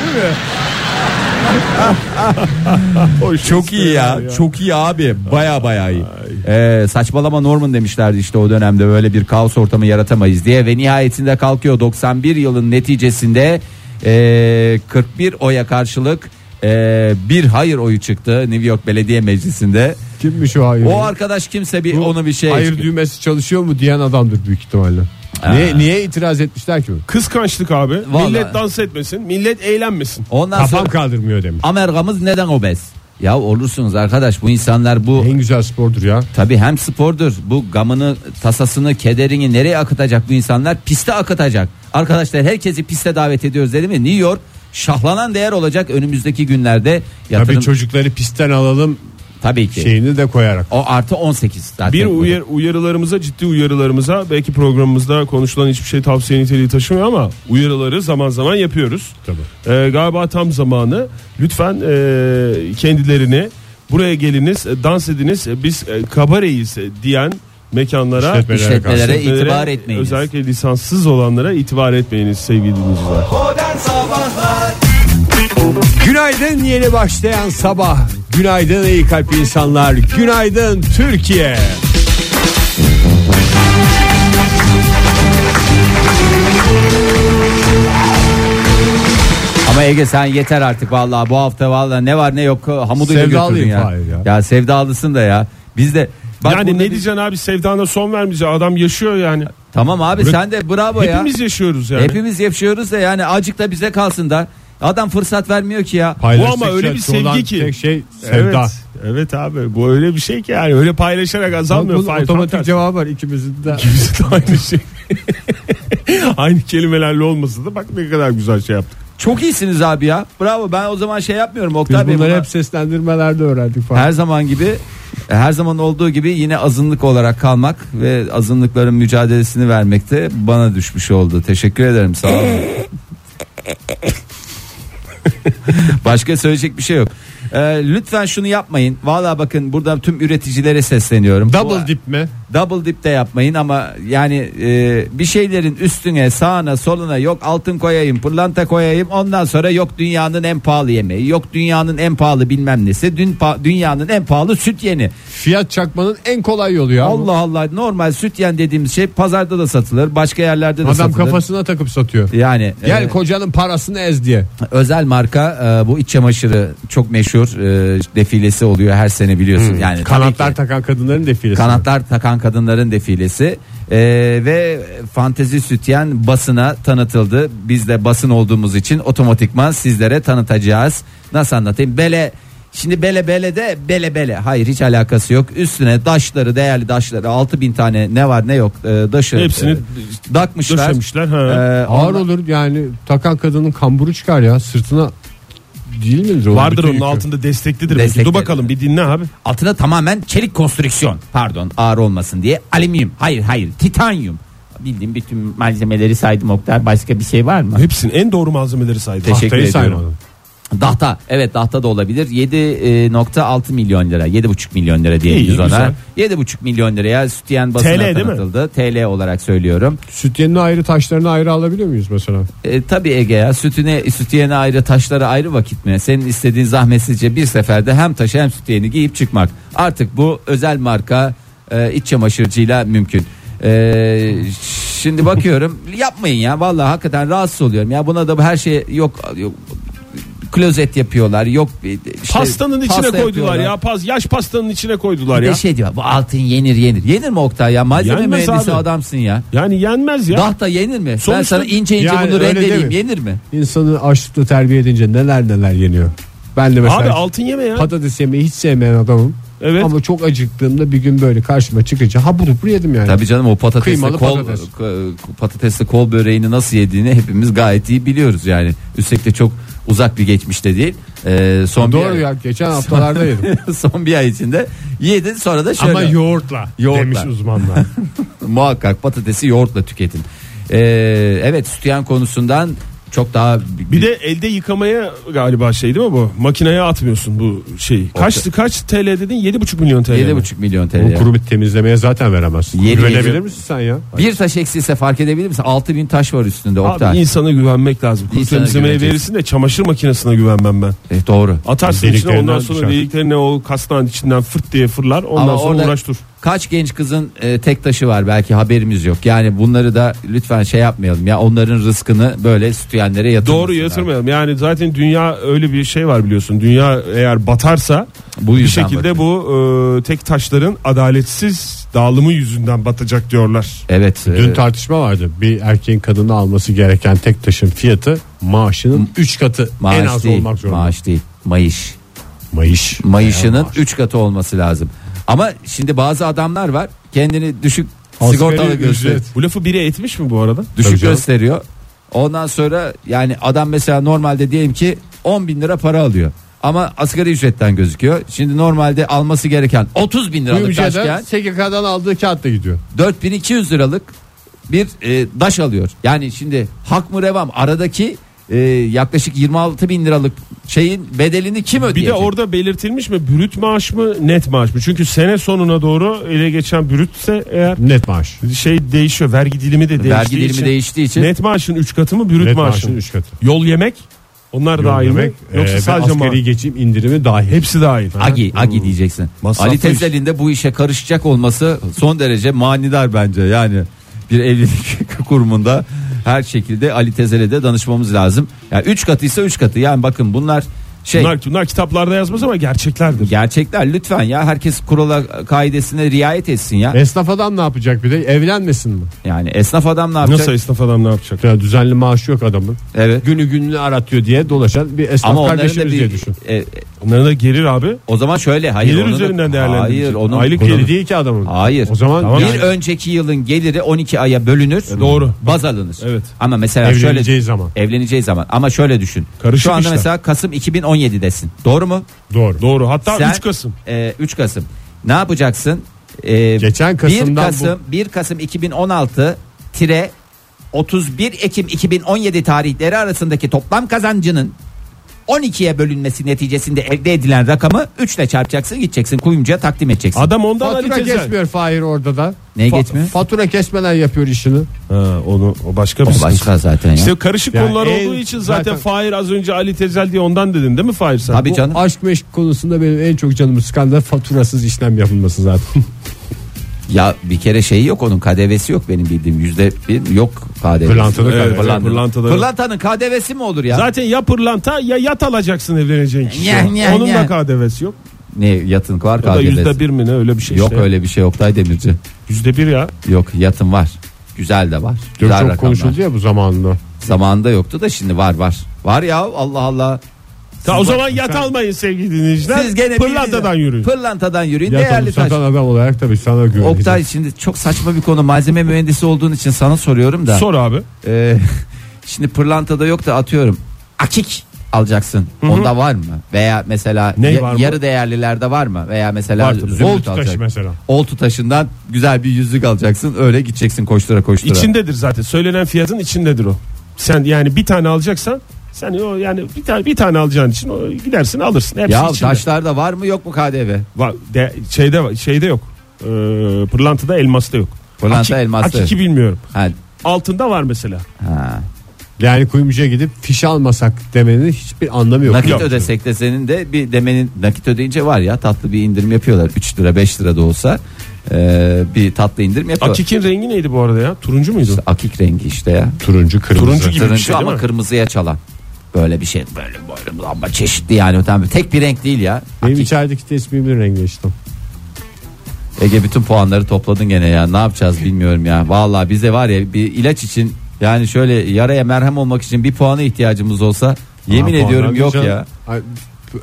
S2: mi? çok iyi ya, Çok iyi abi. Baya baya iyi. Ee, saçmalama Norman demişlerdi işte o dönemde böyle bir kaos ortamı yaratamayız diye ve nihayetinde kalkıyor 91 yılın neticesinde ee, 41 oya karşılık ee, bir hayır oyu çıktı New York Belediye Meclisi'nde.
S3: Kimmiş o hayır?
S2: O arkadaş kimse bir
S3: Bu
S2: onu bir şey
S3: Hayır düğmesi çalışıyor mu diyen adamdır büyük ihtimalle. Niye, niye itiraz etmişler ki?
S4: Kıskançlık abi.
S2: Vallahi.
S4: Millet dans etmesin, millet eğlenmesin.
S2: Ondan sonra
S3: Kafam kaldırmıyor demiş.
S2: Amerikamız neden obez? Ya olursunuz arkadaş bu insanlar bu
S3: En güzel spordur ya.
S2: Tabii hem spordur. Bu gamını, tasasını, kederini nereye akıtacak bu insanlar? Piste akıtacak. Arkadaşlar herkesi piste davet ediyoruz dedim mi? New York şahlanan değer olacak önümüzdeki günlerde yatırım. Şey.
S3: Tabii
S2: Tabii,
S3: çocukları pistten alalım
S2: ki.
S3: şeyini de koyarak.
S2: O artı 18 zaten.
S4: şey- Bir
S2: burada.
S4: uyar, uyarılarımıza ciddi uyarılarımıza belki programımızda konuşulan hiçbir şey tavsiye niteliği taşımıyor ama uyarıları zaman zaman yapıyoruz.
S3: Tabii.
S4: Ee, galiba tam zamanı lütfen e, kendilerini buraya geliniz e, dans ediniz e, biz e, kabareyiz e, diyen mekanlara
S3: İşletmelere
S2: İşletmelere
S3: karşı.
S4: işletmelere,
S2: itibar etmeyiniz.
S4: Özellikle lisanssız olanlara itibar etmeyiniz sevgili dinleyiciler.
S3: Günaydın yeni başlayan sabah. Günaydın iyi kalp insanlar. Günaydın Türkiye.
S2: Ama Ege sen yeter artık vallahi bu hafta vallahi ne var ne yok hamuduyla
S3: Sevdalıyım
S2: götürdün ya.
S3: Fahir
S2: ya.
S3: ya.
S2: sevdalısın da ya. Biz de Bak
S4: yani
S2: bunda
S4: ne
S2: biz-
S4: diyeceksin abi sevdana son vermeyeceksin adam yaşıyor yani.
S2: Tamam abi sen de bravo ya.
S4: Hepimiz yaşıyoruz yani.
S2: Hepimiz yapışıyoruz da yani acık da bize kalsın da. Adam fırsat vermiyor ki ya.
S4: Bu ama öyle bir sevgi ki.
S3: Tek şey sevda.
S4: Evet, evet abi bu öyle bir şey ki yani öyle paylaşarak azalmıyor.
S3: Bunun
S4: Fahir,
S3: otomatik
S4: fantastik.
S3: cevabı var ikimizin de.
S4: İkimiz de aynı şey. aynı kelimelerle olmasa da bak ne kadar güzel şey yaptık.
S2: Çok iyisiniz abi ya. Bravo ben o zaman şey yapmıyorum
S3: Biz
S2: Oktay Bey.
S3: bunları
S2: Bunlar-
S3: hep seslendirmelerde öğrendik falan.
S2: Her zaman gibi her zaman olduğu gibi yine azınlık olarak kalmak ve azınlıkların mücadelesini vermekte bana düşmüş oldu. Teşekkür ederim sağ olun. Başka söyleyecek bir şey yok. Ee, lütfen şunu yapmayın. Valla bakın buradan tüm üreticilere sesleniyorum. Bu-
S3: Double dip mi?
S2: Double dip de yapmayın ama yani e, bir şeylerin üstüne sağına soluna yok altın koyayım pırlanta koyayım ondan sonra yok dünyanın en pahalı yemeği yok dünyanın en pahalı bilmem nesi dün pa- dünyanın en pahalı süt yeni.
S3: Fiyat çakmanın en kolay yolu ya.
S2: Allah Allah normal süt yeni dediğimiz şey pazarda da satılır başka yerlerde de
S3: Adam
S2: satılır.
S3: kafasına takıp satıyor.
S2: yani
S3: Gel
S2: e,
S3: kocanın parasını ez diye.
S2: özel marka e, bu iç çamaşırı çok meşhur e, defilesi oluyor her sene biliyorsun. yani tabii
S3: Hmm. Kanatlar
S2: ki-
S3: takan kadınların defilesi.
S2: Kanatlar takan kadınların defilesi Ee, ve fantezi sütyen basına tanıtıldı. Biz de basın olduğumuz için otomatikman sizlere tanıtacağız. Nasıl anlatayım? Bele Şimdi bele bele de bele bele. Hayır hiç alakası yok. Üstüne taşları değerli taşları 6000 tane ne var ne yok e, taşı.
S4: Hepsini
S2: e, takmışlar.
S4: Döşemişler. Ha.
S2: Ee,
S3: Ağır
S2: onla-
S3: olur yani takan kadının kamburu çıkar ya sırtına değil midir o?
S4: Vardır
S3: Bütün
S4: onun
S3: yükü.
S4: altında desteklidir.
S2: Destekli.
S4: belki. Dur bakalım bir dinle abi.
S2: Altına tamamen çelik konstrüksiyon. Pardon ağır olmasın diye. Alüminyum. Hayır hayır titanyum. Bildiğim bütün malzemeleri saydım Oktay. Başka bir şey var mı?
S4: Hepsinin en doğru malzemeleri saydı.
S2: Teşekkür
S4: Tahtayı
S2: ediyorum.
S4: saymadım.
S2: Dahta. Evet dahta da olabilir. 7.6 milyon lira. 7.5 milyon lira diyebiliriz
S4: İyi,
S2: ona.
S4: güzel.
S2: 7.5 milyon liraya sütyen basına
S4: TL değil mi?
S2: tanıtıldı. TL olarak söylüyorum.
S3: Süt yenini ayrı taşlarını ayrı alabiliyor muyuz mesela?
S2: E, tabii Ege ya sütüne sütüyene ayrı taşlara ayrı vakit mi? Senin istediğin zahmetsizce bir seferde hem taşı hem sütüyeni giyip çıkmak. Artık bu özel marka e, iç çamaşırcıyla mümkün. E, şimdi bakıyorum yapmayın ya vallahi hakikaten rahatsız oluyorum ya buna da her şey yok, yok klozet yapıyorlar yok e, işte
S4: Pastanın içine
S2: Şey, pasta
S4: koydular
S2: yapıyorlar.
S4: ya. Paz, yaş pastanın içine koydular
S2: Bir de
S4: ya.
S2: şey diyor bu altın yenir yenir yenir mi Oktay ya malzeme
S4: Yenmez
S2: mühendisi
S4: abi.
S2: adamsın ya.
S4: Yani yenmez ya.
S2: Dahta yenir mi? ben
S4: Sonuçta-
S2: sana ince ince
S3: Yani
S2: bunu
S3: öyle
S2: rendeleyeyim
S3: deme.
S2: yenir mi?
S3: İnsanı açlıkla terbiye edince neler neler yeniyor. Ben de mesela
S4: Abi altın yeme ya.
S3: patates yemeyi hiç sevmeyen adamım.
S4: Evet.
S3: Ama çok acıktığımda bir gün böyle karşıma çıkınca habur hubur yedim yani.
S2: Tabii canım o patatesle
S3: Kıymalı
S2: kol e,
S3: patates.
S2: k- patatesle kol böreğini nasıl yediğini hepimiz gayet iyi biliyoruz yani. Üstelik de çok uzak bir geçmişte değil. Ee, son
S3: Doğru
S2: bir
S3: ya geçen haftalarda yedim.
S2: son bir ay içinde yedin sonra da şöyle
S3: Ama yoğurtla,
S2: Yoğurtla.
S3: demiş uzmanlar.
S2: muhakkak patatesi yoğurtla tüketin. Ee, evet sütyen konusundan çok daha
S4: Bir de elde yıkamaya galiba şey değil mi bu? Makineye atmıyorsun bu şeyi. Kaç kaç TL dedin? 7,5 milyon TL. mi?
S2: 7,5 milyon TL.
S3: Bu kuru bir temizlemeye zaten veremezsin.
S2: Yeri
S3: Güvenebilir
S2: yeri-
S3: misin sen ya?
S2: Bir taş eksilse fark edebilir misin? 6000 taş var üstünde
S4: Abi
S2: Oktay.
S4: insana güvenmek lazım. Kuru
S2: İnsana
S4: temizlemeye
S2: güveneceksin.
S4: verirsin de çamaşır makinesine güvenmem ben.
S2: Eh, doğru.
S4: Atarsın içine
S3: Deliklerinden
S4: ondan sonra
S3: dışarı.
S4: deliklerine o kasnağın içinden fırt diye fırlar. Ondan
S2: Ama
S4: sonra
S2: orada
S4: uğraş dur.
S2: Kaç genç kızın e, tek taşı var belki haberimiz yok. Yani bunları da lütfen şey yapmayalım ya onların rızkını böyle sütüyenlere yatırmasınlar.
S4: Doğru yatırmayalım. Yani zaten dünya öyle bir şey var biliyorsun. Dünya eğer batarsa
S2: Bu
S4: bir
S2: yüzden
S4: şekilde
S2: bakın.
S4: bu e, tek taşların adaletsiz dağılımı yüzünden batacak diyorlar.
S2: Evet. e,
S3: Dün tartışma vardı. Bir erkeğin kadını alması gereken tek taşın fiyatı maaşının 3 katı
S2: maaş
S3: en az
S2: değil,
S3: olmak zorunda.
S2: Maaş değil. Mayış.
S3: Mayış.
S2: Mayışının
S3: Bayağı maaş.
S2: 3 katı olması lazım. Ama şimdi bazı adamlar var kendini düşük
S3: Asgari
S2: sigortalı
S3: ücret.
S2: gösteriyor.
S4: Bu lafı biri etmiş mi bu arada?
S2: Düşük
S3: Tabii canım.
S2: gösteriyor. Ondan sonra yani adam mesela normalde diyelim ki 10 bin lira para alıyor. Ama asgari ücretten gözüküyor. Şimdi normalde alması gereken 30 bin
S3: Bu
S2: liralık
S3: ülkede
S2: taşken
S3: SGK'dan aldığı kağıtla gidiyor.
S2: 4200 liralık bir e, daş alıyor. Yani şimdi hak mı revam aradaki e, yaklaşık 26 bin liralık şeyin bedelini kim
S4: Bir
S2: ödeyecek?
S4: de orada belirtilmiş mi brüt maaş mı net maaş mı? Çünkü sene sonuna doğru ele geçen brütse eğer
S3: Net maaş.
S4: şey değişiyor. Vergi dilimi de değiştiği
S2: vergi dilimi
S4: için.
S2: değiştiği için
S4: Net maaşın 3 katı mı brüt
S3: Net maaşın
S4: maaşın?
S3: 3 katı.
S4: Yol yemek onlar dahil
S3: Demek,
S4: mi? Yoksa
S3: e, ve
S4: sadece maaş.
S3: asgari geçim indirimi dahil.
S4: Hepsi dahil.
S2: Agi, Agi diyeceksin.
S4: Masraflı
S2: Ali
S4: iş.
S2: Tezdel'in de bu işe karışacak olması son derece manidar bence. Yani bir evlilik kurumunda her şekilde Ali Tezel'e de danışmamız lazım. Ya yani 3 katıysa 3 katı. Yani bakın bunlar şey
S4: Bunlar, bunlar kitaplarda yazmaz ama gerçeklerdir.
S2: gerçekler lütfen ya herkes kurala kaidesine riayet etsin ya.
S3: Esnaf adam ne yapacak bir de? Evlenmesin mi?
S2: Yani esnaf adam ne yapacak?
S4: Nasıl esnaf adam ne yapacak?
S3: Ya düzenli maaşı yok adamın.
S2: Evet.
S3: Günü gününü aratıyor diye dolaşan bir esnaf
S2: Ama onların da
S3: kardeşimiz diye
S2: bir
S3: düşün.
S2: e,
S4: Onlara da gelir abi.
S2: o zaman şöyle hayır
S4: Gelir
S2: onun da-
S4: üzerinden değerlendirecek.
S2: Hayır onun
S4: Aylık
S2: bunun-
S3: Geri değil ki adamın.
S2: Hayır.
S3: O zaman
S4: Tamam.
S2: bir
S3: yani
S2: önceki yılın geliri 12 aya bölünür.
S4: doğru.
S2: Baz alınır.
S4: Evet.
S2: Ama mesela şöyle
S3: evleneceği zaman.
S2: evleneceği zaman ama şöyle düşün.
S4: Karışık
S2: Şu anda
S4: işler.
S2: mesela Kasım 2017'desin. Doğru mu?
S3: Doğru.
S4: Doğru. Hatta
S2: Sen-
S4: 3 Kasım.
S2: Ee, 3 Kasım. Ne yapacaksın? Ee,
S3: Geçen Kasım'dan
S2: 1 Kasım 1 Kasım 2016 tire 31 Ekim 2017 tarihleri arasındaki toplam kazancının 12'ye bölünmesi neticesinde elde edilen rakamı 3 ile çarpacaksın gideceksin kuyumcuya takdim edeceksin.
S4: Adam ondan
S3: Fatura
S4: Ali Tezel.
S3: kesmiyor Fahir orada da.
S2: Neye
S3: Fa-
S2: geçmiyor?
S3: Fatura kesmeden yapıyor işini.
S4: Ha, onu o başka bir
S2: O
S4: sıkıntı.
S2: başka zaten ya.
S4: İşte karışık
S3: Yani
S4: konular
S3: en-
S4: olduğu için zaten,
S3: zaten-
S4: Fahir az önce Ali Tezel diye ondan dedin değil mi Fahir sen?
S2: Tabii
S4: Bu-
S2: canım.
S3: Aşk meşk konusunda benim en çok canımı sıkan da faturasız işlem yapılması zaten.
S2: Ya bir kere şeyi yok onun KDV'si yok benim bildiğim yüzde bir yok KDV'si.
S3: Pırlantanın
S2: Evet,
S3: KDV'si,
S2: pırlantanın.
S4: pırlantada yok.
S2: Pırlantanın KDV'si mi olur ya?
S4: Zaten ya pırlanta ya yat alacaksın evleneceğin kişi.
S2: Ya, ya,
S4: Onun
S2: ya.
S4: da KDV'si yok.
S2: Ne yatın var
S4: O da
S2: KDV'si.
S4: yüzde bir mi ne öyle bir şey
S2: Yok
S4: işte.
S2: öyle bir şey Oktay Demirci.
S4: Yüzde bir ya.
S2: Yok yatın var. Güzel de var. Güzel
S3: çok
S2: rakamlar.
S3: konuşuldu ya bu zamanında.
S2: Zamanında yoktu da şimdi var var. Var ya Allah Allah.
S4: Ta o zaman yat almayın sevgili dinleyiciler.
S2: Siz gene
S4: pırlantadan
S2: bildiğin-
S4: yürüyün.
S2: Pırlantadan yürüyün.
S3: Yatalı
S2: Değerli taş.
S3: satan adam olarak tabii sana güveneceğim.
S2: Oktay şimdi çok saçma bir konu. Malzeme mühendisi olduğun için sana soruyorum da.
S4: Sor abi.
S2: Ee, şimdi pırlantada yok da atıyorum. Akik alacaksın. Onda var mı? Veya mesela
S4: Ne
S2: ya-
S4: var mı?
S2: yarı değerlilerde var mı? Veya mesela
S4: Var tabii.
S2: zümrüt
S3: Volt taşı
S2: alacaksın.
S3: mesela.
S2: Oltu taşından güzel bir yüzük alacaksın. Öyle gideceksin koştura koştura.
S4: İçindedir zaten. Söylenen fiyatın içindedir o. Sen yani bir tane alacaksan sen o yani bir tane bir tane alacağın için o gidersin alırsın. Hepsi
S2: ya
S4: içinde.
S2: taşlarda var mı yok mu KDV?
S4: Va- de- şeyde var- şeyde yok. Ee, pırlantada elmasta yok.
S2: Pırlanta
S4: Akik-
S2: elması.
S4: Akiki bilmiyorum.
S2: Ha,
S4: Altında var mesela.
S2: ha.
S3: Yani kuyumcuya gidip fiş almasak demenin hiçbir anlamı yok.
S2: Nakit
S3: Yok.
S2: ödesek de senin de bir demenin nakit ödeyince var ya tatlı bir indirim yapıyorlar. 3 lira 5 lira da olsa e, bir tatlı indirim yapıyorlar. Akik,
S4: Akikin rengi neydi bu arada ya? Turuncu muydu?
S2: rengi işte ya.
S3: Turuncu kırmızı.
S4: Turuncu gibi bir
S2: Turuncu
S4: şey değil
S2: ama
S4: mi?
S2: kırmızıya çalan. Böyle bir şey böyle böyle ama çeşitli yani tamam tek bir renk değil ya.
S3: Benim
S2: Akik.
S3: içerideki tesbihimin rengi işte.
S2: Ege bütün puanları topladın gene ya. Ne yapacağız bilmiyorum ya. Vallahi bize var ya bir ilaç için yani şöyle yaraya merhem olmak için bir puana ihtiyacımız olsa yemin
S3: Ha,
S2: ediyorum
S3: puanlar
S2: yok
S3: diyeceğim.
S2: ya.
S3: Ay,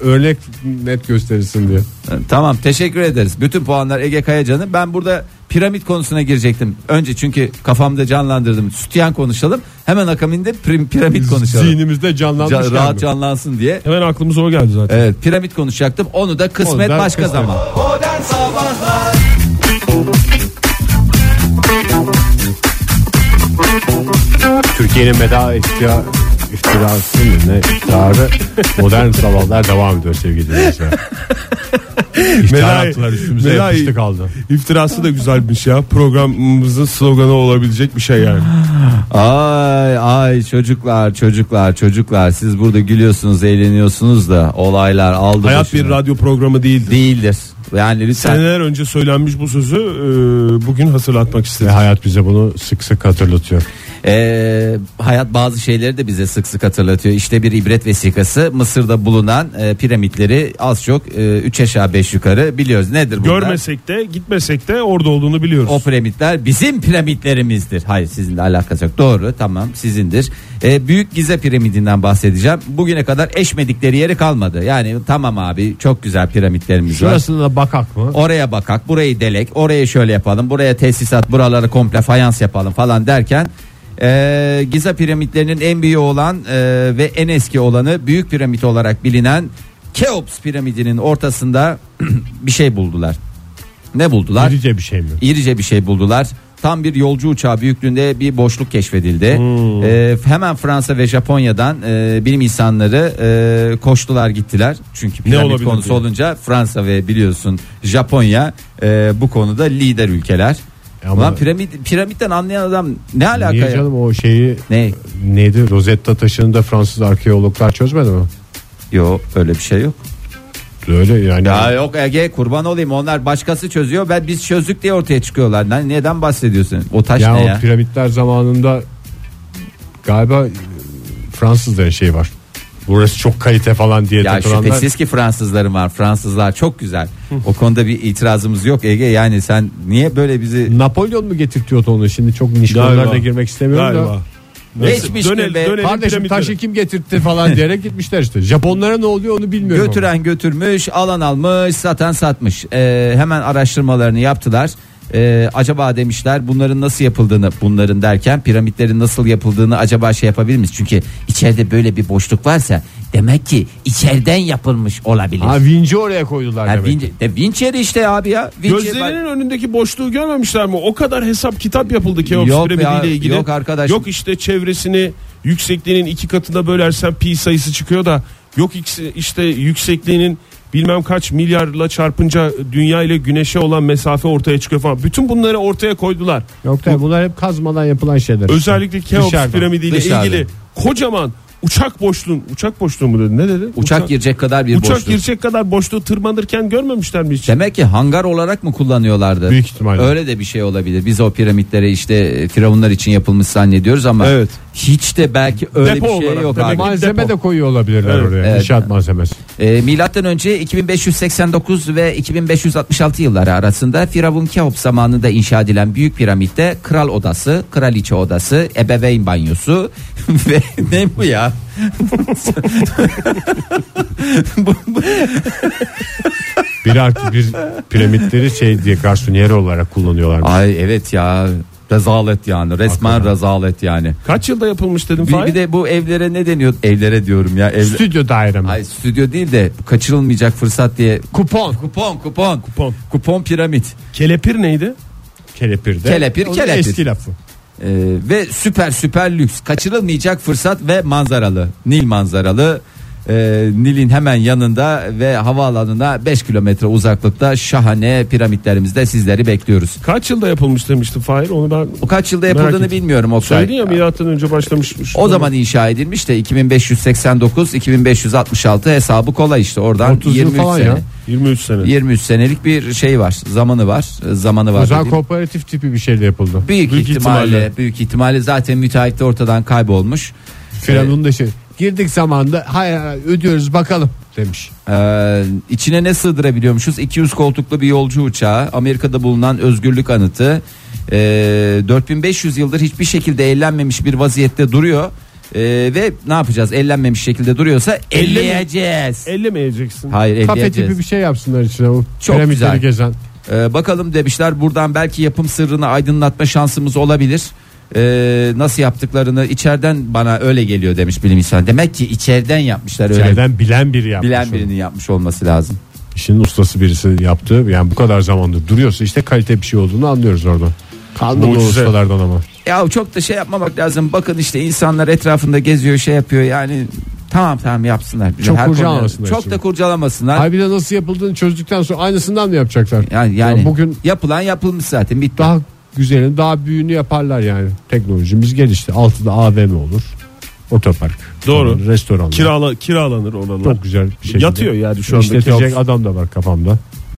S3: Örnek net gösterirsin diye.
S2: Tamam teşekkür ederiz. Bütün puanlar Ege Kayacan'ın. Ben burada piramit konusuna girecektim. Önce çünkü kafamda canlandırdım. Sütyen konuşalım. Hemen akabinde prim- piramit konuşalım.
S3: Zihnimizde canlanmış.
S2: Ca-
S3: yani.
S2: rahat canlansın diye.
S4: Hemen aklımıza o geldi zaten.
S2: Evet piramit konuşacaktım. Onu da kısmet
S3: Onu da
S2: başka
S3: kısmet.
S2: zaman.
S3: Türkiye'nin meda iftira, iftirası mı ne iftiharı modern sabahlar devam ediyor sevgili dinleyiciler. İftihar
S4: Medai-
S3: attılar üstümüze
S4: medai-
S3: yapıştı kaldı.
S4: İftirası da güzelmiş ya. Programımızın sloganı olabilecek bir şey yani.
S2: Ay ay çocuklar çocuklar çocuklar siz burada gülüyorsunuz eğleniyorsunuz da olaylar aldı
S4: Hayat
S2: başını.
S4: bir radyo programı değildir.
S2: değildir. Yani lütfen
S4: Seneler önce söylenmiş bu sözü e, bugün hatırlatmak
S3: Ve
S4: istedim.
S3: hayat bize bunu sık sık hatırlatıyor.
S2: Ee, hayat bazı şeyleri de bize sık sık hatırlatıyor. İşte bir ibret vesikası Mısır'da bulunan e, piramitleri az çok 3 aşağı 5 yukarı biliyoruz. Nedir bunlar?
S4: Görmesek de gitmesek de orada olduğunu biliyoruz.
S2: O piramitler bizim piramitlerimizdir. Hayır sizinle alakası yok. Doğru tamam sizindir. Ee, Büyük Gize piramidinden bahsedeceğim. Bugüne kadar eşmedikleri yeri kalmadı. Yani tamam abi çok güzel piramitlerimiz var.
S3: Şurasına da bakak mı?
S2: Oraya bakak, burayı delek, oraya şöyle yapalım, buraya tesisat, buraları komple fayans yapalım falan derken e, Giza piramitlerinin en büyüğü olan e, ve en eski olanı büyük piramit olarak bilinen Keops piramidinin ortasında bir şey buldular. Ne buldular?
S3: Ayrıca bir şey mi?
S2: İrice bir şey buldular. Tam bir yolcu uçağı büyüklüğünde bir boşluk keşfedildi.
S3: Hmm.
S2: E, hemen Fransa ve Japonya'dan e, bilim insanları e, koştular gittiler. Çünkü piramit
S4: olabilir
S2: konusu
S4: diye.
S2: olunca Fransa ve biliyorsun Japonya e, bu konuda lider ülkeler.
S3: Ama-
S2: Ulan piramit, piramitten anlayan adam ne alaka
S3: Niye
S2: ya?
S3: canım o şeyi
S2: Ne?
S3: neydi Rosetta taşını da Fransız arkeologlar çözmedi mi?
S2: Yok öyle bir şey yok.
S3: Öyle yani.
S2: Ya yok Ege kurban olayım onlar başkası çözüyor ben biz çözdük diye ortaya çıkıyorlar. Lan Neden bahsediyorsun? O taş
S3: ya
S2: ne
S3: o
S2: ya?
S3: piramitler zamanında galiba e, Fransızların şey var. Burası çok kalite falan diye
S2: Ya
S3: takılanlar.
S2: şüphesiz ki Fransızlarım var. Fransızlar çok güzel. O konuda bir itirazımız yok Ege. Yani sen niye böyle bizi
S3: Napolyon mu getirtiyordu onu şimdi çok niş konulara da girmek istemiyorum da.
S4: Galiba. Neyse,
S2: Geçmiş gün be.
S4: dönelim
S3: Kardeşim
S4: piramitlere.
S3: taşı kim getirtti falan diyerek gitmişler işte. Japonlara ne oluyor onu bilmiyorum. ama.
S2: götüren götürmüş, alan almış, satan satmış. Ee, hemen araştırmalarını yaptılar. Ee, acaba demişler bunların nasıl yapıldığını bunların derken piramitlerin nasıl yapıldığını acaba şey yapabilir miyiz? Çünkü içeride böyle bir boşluk varsa demek ki içeriden yapılmış olabilir.
S3: Ha vinci oraya koydular
S2: Ha,
S3: demek.
S2: Vinci- de Vinçeri işte abi ya. Vinci-
S4: Gözlerinin önündeki boşluğu görmemişler mi? O kadar hesap kitap yapıldı Keops
S2: Yok
S4: piramidiyle
S2: ya,
S4: ilgili.
S2: yok arkadaş.
S4: Yok işte çevresini yüksekliğinin iki katına bölersen pi sayısı çıkıyor da yok ikisi- işte yüksekliğinin bilmem kaç milyarla çarpınca dünya ile güneşe olan mesafe ortaya çıkıyor falan. Bütün bunları ortaya koydular.
S3: Yok da bunlar hep kazmadan yapılan şeyler.
S4: Özellikle Keops
S3: Dışarıdan.
S4: piramidiyle
S2: Dışarıdan.
S4: ilgili kocaman uçak boşluğun uçak boşluğu mu dedi ne dedi?
S2: Uçak, girecek kadar bir
S4: uçak
S2: boşluk.
S4: girecek kadar boşluğu tırmanırken görmemişler mi hiç?
S2: Demek ki hangar olarak mı kullanıyorlardı?
S3: Büyük ihtimalle.
S2: Öyle de bir şey olabilir. Biz o piramitlere işte e, firavunlar için yapılmış zannediyoruz ama
S3: Evet.
S2: hiç de belki öyle
S4: Depo
S2: bir şey
S4: olarak
S2: yok
S4: demek
S2: abi.
S4: ki-
S3: Malzeme de koyuyor olabilirler
S4: Evet.
S3: oraya.
S2: Evet.
S3: İnşaat malzemesi.
S2: E, milattan önce 2589 ve 2566 yılları arasında Firavun Kehop zamanında inşa edilen büyük piramitte kral odası, kraliçe odası, ebeveyn banyosu ve ne bu ya? bu, bu-
S3: Bir artı bir piramitleri şey diye garsoniyeri olarak kullanıyorlar.
S2: Ay evet ya. Rezalet yani. Resmen
S3: Hakikaten.
S2: rezalet yani.
S4: Kaç yılda yapılmış dedim
S2: Bir,
S4: Fahir?
S2: bir de bu evlere ne deniyor? Evlere diyorum ya. Evle...
S3: Stüdyo daire mi?
S2: Ay stüdyo değil de kaçırılmayacak fırsat diye
S3: Kupon.
S2: kupon kupon
S4: Kupon.
S2: kupon piramit
S4: Kelepir neydi?
S3: Kelepirde.
S2: Kelepir,
S3: O da
S2: kelepir.
S3: Eski lafı.
S2: Ee, ve süper süper lüks kaçırılmayacak fırsat ve manzaralı Nil manzaralı Ee, Nil'in hemen yanında ve havaalanına 5 kilometre uzaklıkta şahane piramitlerimizde sizleri bekliyoruz.
S4: Kaç yılda yapılmış demiştim Fahir onu ben
S2: O kaç yılda
S4: Merak
S2: yapıldığını
S4: ettim.
S2: bilmiyorum Oktay.
S4: söyledin ya milattan önce başlamışmış.
S2: O zaman inşa edilmiş de 2589 2566 hesabı kolay işte oradan
S3: 30 yıl
S2: 23
S3: falan
S2: sene.
S3: ya.
S4: 23 sene.
S2: 23 senelik bir şey var. Zamanı var. e, Zamanı var.
S3: O zaman
S2: dediğim.
S3: kooperatif tipi bir şeyle yapıldı.
S2: büyük,
S4: büyük
S2: ihtimalle,
S4: ihtimalle.
S2: büyük ihtimalle zaten müteahhit de ortadan kaybolmuş.
S3: Firavun da şey. Girdik zamanda hayır hayır, ödüyoruz bakalım demiş.
S2: Ee, içine ne sığdırabiliyormuşuz? 200 koltuklu bir yolcu uçağı, Amerika'da bulunan özgürlük anıtı. Ee, 4500 yıldır hiçbir şekilde ellenmemiş bir vaziyette duruyor. Ee, ve ne yapacağız? Ellenmemiş şekilde duruyorsa
S4: Elle mi?
S2: elleyeceğiz.
S4: Ellemeyeceksin.
S3: Kafe
S2: Hayır
S3: tipi
S2: elleyeceğiz.
S3: bir şey yapsınlar içine o
S2: Çok
S3: piramitleri
S2: güzel.
S3: gezen.
S2: Ee, bakalım demişler buradan belki yapım sırrını aydınlatma şansımız olabilir. Ee, nasıl yaptıklarını içeriden bana öyle geliyor demiş bilim insanı. Demek ki içeriden yapmışlar öyle.
S3: İçeriden bilen biri yapmış.
S2: Bilen
S3: onu.
S2: birinin yapmış olması lazım.
S3: İşin ustası birisi yaptı. Yani bu kadar zamandır duruyorsa işte kalite bir şey olduğunu anlıyoruz oradan. Kalmadı o
S4: Mucize.
S3: ustalardan ama.
S2: Ya çok da şey yapmamak lazım. Bakın işte insanlar etrafında geziyor şey yapıyor yani. Tamam tamam yapsınlar. Bize
S3: Çok
S2: konuda-
S3: kurcalamasınlar
S2: Çok
S3: şimdi.
S2: da kurcalamasınlar.
S3: Hayır bir de nasıl yapıldığını çözdükten sonra aynısından mı yapacaklar?
S2: Yani, yani
S3: Ya bugün
S2: yapılan yapılmış zaten bitti.
S3: daha güzelini daha büyüğünü yaparlar yani. Teknolojimiz gelişti. Altıda AVM olur. Otopark.
S4: Doğru.
S3: Sonra Restoranlar.
S4: Kirala, kiralanır oralar.
S3: Çok güzel bir şekilde.
S4: Yatıyor yani şu anda
S3: İşletecek
S4: kiralısın.
S3: adam da var kafamda.